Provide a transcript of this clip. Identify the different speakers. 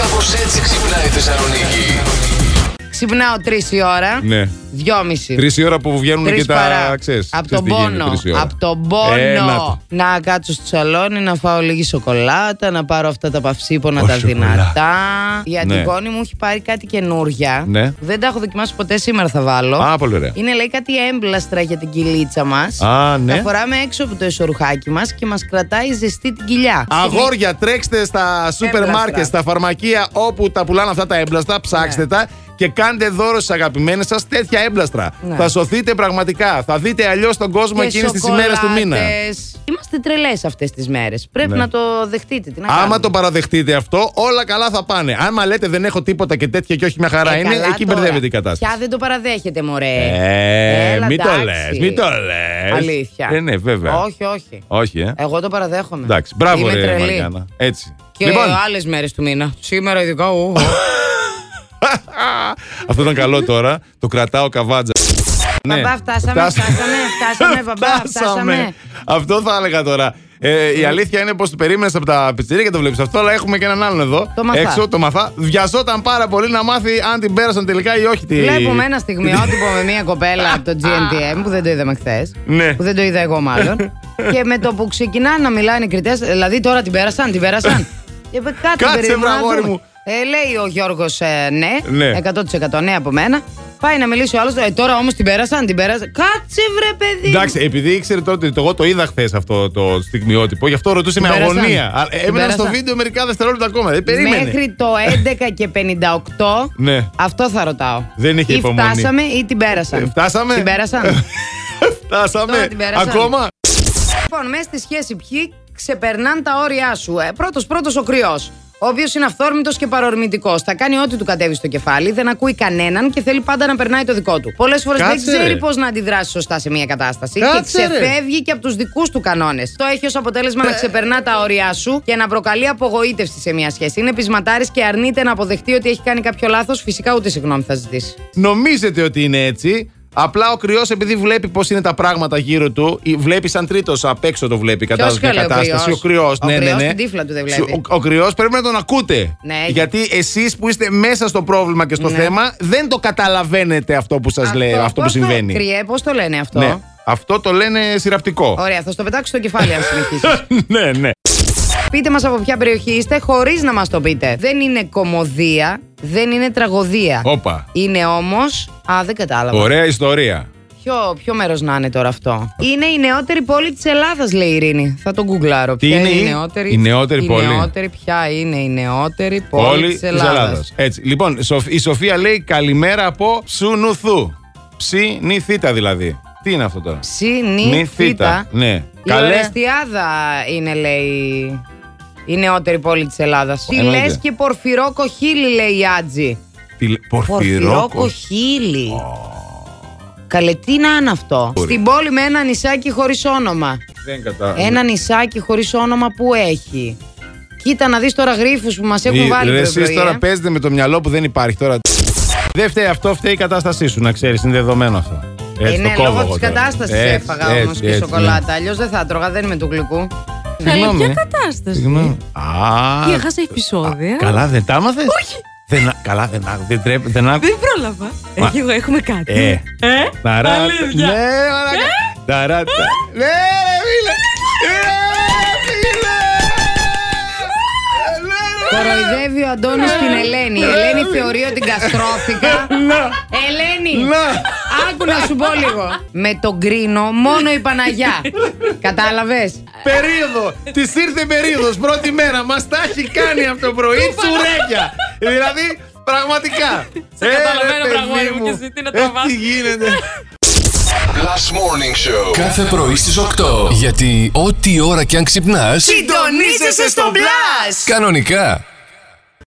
Speaker 1: Κάπως έτσι ξυπνάει η Θεσσαλονίκη.
Speaker 2: Ξυπνάω 3 η ώρα.
Speaker 3: Ναι.
Speaker 2: 2.30.
Speaker 3: Τρεις η ώρα που βγαίνουν
Speaker 2: Τρεις
Speaker 3: και τα ξέρεις,
Speaker 2: Απ'
Speaker 3: ξέρεις
Speaker 2: τον
Speaker 3: τι γίνεται
Speaker 2: πόνο.
Speaker 3: τρεις η ώρα.
Speaker 2: Απ' τον πόνο.
Speaker 3: Έλα τα.
Speaker 2: να κάτσω στο σαλόνι, να φάω λίγη σοκολάτα, να πάρω αυτά τα παυσίπονα
Speaker 3: Ω,
Speaker 2: τα
Speaker 3: σοκολάτα.
Speaker 2: δυνατά. Η
Speaker 3: Ναι.
Speaker 2: Αντιγόνη μου έχει πάρει κάτι καινούρια.
Speaker 3: Ναι.
Speaker 2: Δεν τα έχω δοκιμάσει ποτέ, σήμερα θα βάλω.
Speaker 3: Α, πολύ ωραία.
Speaker 2: Είναι λέει κάτι έμπλαστρα για την κυλίτσα μας.
Speaker 3: Α, ναι.
Speaker 2: Τα φοράμε έξω από το εσωρουχάκι μας και μας κρατάει ζεστή την κοιλιά.
Speaker 3: Αγόρια, τρέξτε στα σούπερ
Speaker 2: Έμπλαστρα.
Speaker 3: μάρκετ, στα φαρμακεία όπου τα πουλάνε αυτά τα έμπλαστρα,
Speaker 2: Ναι.
Speaker 3: ψάξτε τα και κάντε δώρο στις αγαπημένες σας τέτοια έμπλαστρα.
Speaker 2: Ναι.
Speaker 3: Θα σωθείτε πραγματικά. Θα δείτε αλλιώς τον κόσμο
Speaker 2: Και
Speaker 3: εκείνε τι ημέρε του μήνα.
Speaker 2: σοκολάτες. Είμαστε τρελές αυτές τις μέρες. Πρέπει
Speaker 3: Ναι.
Speaker 2: να το δεχτείτε. Τι να
Speaker 3: Άμα
Speaker 2: κάνουμε.
Speaker 3: το παραδεχτείτε αυτό, όλα καλά θα πάνε. Άμα λέτε δεν έχω τίποτα και τέτοια και όχι μια χαρά
Speaker 2: Ε,
Speaker 3: είναι,
Speaker 2: καλά
Speaker 3: εκεί
Speaker 2: τώρα.
Speaker 3: μπερδεύεται η κατάσταση.
Speaker 2: Πια δεν το παραδέχεται, μωρέ.
Speaker 3: Ε,
Speaker 2: Έλα,
Speaker 3: μην το
Speaker 2: εντάξει.
Speaker 3: λες, μην το λες.
Speaker 2: Αλήθεια.
Speaker 3: Ε, ναι, βέβαια.
Speaker 2: Όχι, όχι.
Speaker 3: Όχι, ε.
Speaker 2: Εγώ το παραδέχομαι.
Speaker 3: Εντάξει, μπράβο,
Speaker 2: Είμαι
Speaker 3: ρε
Speaker 2: τρελή.
Speaker 3: Μαριάννα. Έτσι.
Speaker 2: Και λοιπόν. άλλες μέρες του μήνα. Σήμερα ειδικά. ου, ου.
Speaker 3: Αυτό ήταν καλό τώρα. Το κρατάω Ναι. καβάτζα.
Speaker 2: Παπά, φτάσαμε,
Speaker 3: Φτάσα-
Speaker 2: φτάσαμε, φτάσαμε, παπά, φτάσαμε.
Speaker 3: Αυτό θα έλεγα τώρα. Ε, η αλήθεια είναι πως το περίμενες από τα πιτσερία και το βλέπεις αυτό, αλλά έχουμε και έναν άλλον εδώ.
Speaker 2: Το Μαθά.
Speaker 3: Έξω, το μαθά. Βιαζόταν πάρα πολύ να μάθει αν την πέρασαν τελικά ή όχι. Τη...
Speaker 2: Βλέπουμε ένα στιγμιότυπο με μια κοπέλα από το GNTM που δεν το είδαμε χθες.
Speaker 3: Ναι.
Speaker 2: Που δεν το είδα εγώ μάλλον. και με το που ξεκινάνε να μιλάνε οι κριτές, δηλαδή τώρα την πέρασαν, την πέρασαν. Και είπε, κάτσε,
Speaker 3: Κάτσε,
Speaker 2: περίμενα
Speaker 3: βρε,
Speaker 2: να
Speaker 3: αγόρι
Speaker 2: δούμε».
Speaker 3: μου.
Speaker 2: Ε, λέει ο Γιώργος ε, ναι,
Speaker 3: Ναι.
Speaker 2: 100% ναι από μένα. Πάει να μιλήσει ο άλλος. Ε, τώρα όμως την πέρασαν, την πέρασαν. Κάτσε, βρε, παιδί.
Speaker 3: Εντάξει, επειδή ήξερε τότε ότι εγώ το είδα χθες αυτό το στιγμιότυπο, γι' αυτό ρωτούσε με
Speaker 2: Την πέρασαν.
Speaker 3: αγωνία. Α,
Speaker 2: Την
Speaker 3: Έμενα στο
Speaker 2: πέρασαν.
Speaker 3: βίντεο μερικά δευτερόλεπτα ακόμα. Δεν περίμενε.
Speaker 2: Μέχρι το 11 και 58.
Speaker 3: Ναι.
Speaker 2: Αυτό θα ρωτάω.
Speaker 3: Δεν είχε
Speaker 2: ή
Speaker 3: υπομονή.
Speaker 2: φτάσαμε ή την πέρασαν.
Speaker 3: Ε, φτάσαμε.
Speaker 2: Την πέρασαν.
Speaker 3: Φτάσαμε.
Speaker 2: Τώρα την πέρασαν.
Speaker 3: Ακόμα.
Speaker 2: Λοιπόν, μέσα στη σχέση ποιοι ξεπερνάνε τα όρια σου. Ε, πρώτος πρώτος ο κρυός. Ο οποίος είναι αυθόρμητος και παρορμητικός. Θα κάνει ό,τι του κατέβει στο κεφάλι, δεν ακούει κανέναν και θέλει πάντα να περνάει το δικό του. Πολλές φορές δεν
Speaker 3: Κάτσε, ρε.
Speaker 2: ξέρει πώς να αντιδράσει σωστά σε μια κατάσταση.
Speaker 3: Κάτσε,
Speaker 2: και
Speaker 3: ρε. Ε.
Speaker 2: ξεφεύγει και από τους δικούς του κανόνες. Το έχει ως αποτέλεσμα να ξεπερνά τα όρια σου και να προκαλεί απογοήτευση σε μια σχέση. Είναι πεισματάρης και αρνείται να αποδεχτεί ότι έχει κάνει κάποιο λάθος. Φυσικά ούτε συγγνώμη θα ζητήσει.
Speaker 3: νομίζετε ότι είναι έτσι. Απλά ο κρυός, επειδή βλέπει πώς είναι τα πράγματα γύρω του, ή βλέπει σαν τρίτος απ' έξω το βλέπει. Κατάλαβε
Speaker 2: καλέ,
Speaker 3: μια
Speaker 2: ο
Speaker 3: κατάσταση. Ο
Speaker 2: κρυός.
Speaker 3: κρυό,
Speaker 2: Ο
Speaker 3: ναι, ναι,
Speaker 2: κρυός
Speaker 3: ναι.
Speaker 2: την τύφλα του δεν βλέπει.
Speaker 3: Ο, ο κρυός πρέπει να τον ακούτε.
Speaker 2: Ναι.
Speaker 3: Γιατί εσείς που είστε μέσα στο πρόβλημα και στο
Speaker 2: Ναι.
Speaker 3: θέμα, δεν το καταλαβαίνετε αυτό που σας λέει, αυτό που
Speaker 2: πώς το-
Speaker 3: συμβαίνει.
Speaker 2: Κρυέ, πώς το λένε αυτό.
Speaker 3: Ναι. Αυτό το λένε σειραπτικό.
Speaker 2: Ωραία, θα στο πετάξω στο κεφάλι αν συνεχίσεις.
Speaker 3: ναι, ναι.
Speaker 2: Πείτε μας από ποια περιοχή είστε, χωρίς να μας το πείτε. Δεν είναι κομμωδία, δεν είναι τραγωδία.
Speaker 3: Όπα.
Speaker 2: Είναι όμως. Α, δεν κατάλαβα.
Speaker 3: Ωραία ιστορία.
Speaker 2: Ποιο, ποιο μέρος να είναι τώρα αυτό. Είναι η νεότερη πόλη της Ελλάδας, λέει η Ειρήνη. Θα τον γκουγκλάρω.
Speaker 3: Τι
Speaker 2: Ποια
Speaker 3: είναι
Speaker 2: η
Speaker 3: η-
Speaker 2: νεότερη,
Speaker 3: η νεότερη
Speaker 2: η
Speaker 3: πόλη.
Speaker 2: νεότερη- ποια είναι η νεότερη
Speaker 3: Πόλη
Speaker 2: πόλη
Speaker 3: της
Speaker 2: της Ελλάδας.
Speaker 3: Ελλάδας. Έτσι. Λοιπόν, Σοφ- η Σοφία λέει καλημέρα από Ψουνουθού. Ψινιθήτα δηλαδή. Τι είναι αυτό τώρα.
Speaker 2: Συνήθιτα.
Speaker 3: Ναι.
Speaker 2: Η Ορεστιάδα είναι, λέει, η νεότερη πόλη της Ελλάδας. Τι
Speaker 3: Εννοείται.
Speaker 2: λες και πορφυρό κοχύλι, λέει η Άτζη.
Speaker 3: Τι λέ-
Speaker 2: Πορφυρό
Speaker 3: Πορφυρόκο.
Speaker 2: κοχύλι. Καλέ, τι να είναι αυτό.
Speaker 3: Ωραία.
Speaker 2: Στην πόλη με ένα νησάκι χωρίς όνομα.
Speaker 3: Δεν κατά.
Speaker 2: Ένα νησάκι χωρίς όνομα που έχει. Κοίτα να δεις τώρα γρήφου που μας
Speaker 3: Ή-
Speaker 2: έχουν βάλει
Speaker 3: ρε,
Speaker 2: πρωί,
Speaker 3: Εσείς
Speaker 2: πρωί,
Speaker 3: τώρα
Speaker 2: ε.
Speaker 3: παίζετε με το μυαλό που δεν υπάρχει τώρα. Δεν φταίει αυτό, φταίει η κατάστασή σου, να ξέρεις. Είναι δεδομένο αυτό. Έτσι,
Speaker 2: είναι
Speaker 3: το
Speaker 2: λόγω τη κατάσταση
Speaker 3: κατάσταση
Speaker 2: έφαγα όμως και
Speaker 3: ναι.
Speaker 2: σοκολάτα. Αλλιώς δεν θα τρώγα, δεν είμαι του γλυκού.
Speaker 4: Καλή, ποια κατάσταση.
Speaker 3: Συγγνώμη. Α,
Speaker 4: Τι, έχασα επεισόδια.
Speaker 3: α, Καλά, δεν τα άμαθες? Δεν, α- καλά, δεν, άκου- δεν, τρέπε- δεν άκου-
Speaker 4: Δεν πρόλαβα.
Speaker 3: Μα-
Speaker 4: Εγώ έχουμε κάτι.
Speaker 3: Ε.
Speaker 4: Ε,
Speaker 3: Ταρά...
Speaker 4: αλήθεια. Ε,
Speaker 3: Ναι, μαλάκα. Ταρά... Ναι, ρε, φίλε.
Speaker 4: ναι,
Speaker 3: Ε, φίλε. Ε, ναι, ρε.
Speaker 2: Κοροϊδεύει ο Αντώνης την Ελένη. Η Ελένη θεωρεί ότι καστρώθηκα.
Speaker 3: Ναι,
Speaker 2: Ελένη!
Speaker 3: Να.
Speaker 2: Άκου να σου πω λίγο. Με τον κρίνο μόνο η Παναγιά. Κατάλαβες.
Speaker 3: Περίοδο! Της ήρθε περίοδος, πρώτη μέρα. Μας τα έχει κάνει από το πρωί τσουρέκια. δηλαδή, πραγματικά.
Speaker 4: Σε
Speaker 3: Ε, ρε,
Speaker 4: καταλαβαίνω,
Speaker 3: παιδί
Speaker 4: Βραγόρη μου, και εσύ τι να τα
Speaker 3: Ε,
Speaker 4: βάζεις.
Speaker 3: Τι γίνεται.
Speaker 1: Last Morning Show.
Speaker 5: Κάθε πρωί στις 8. Γιατί ό,τι ώρα κι αν ξυπνάς,
Speaker 2: Συντονίζεσαι στο μπλα!
Speaker 5: κανονικά.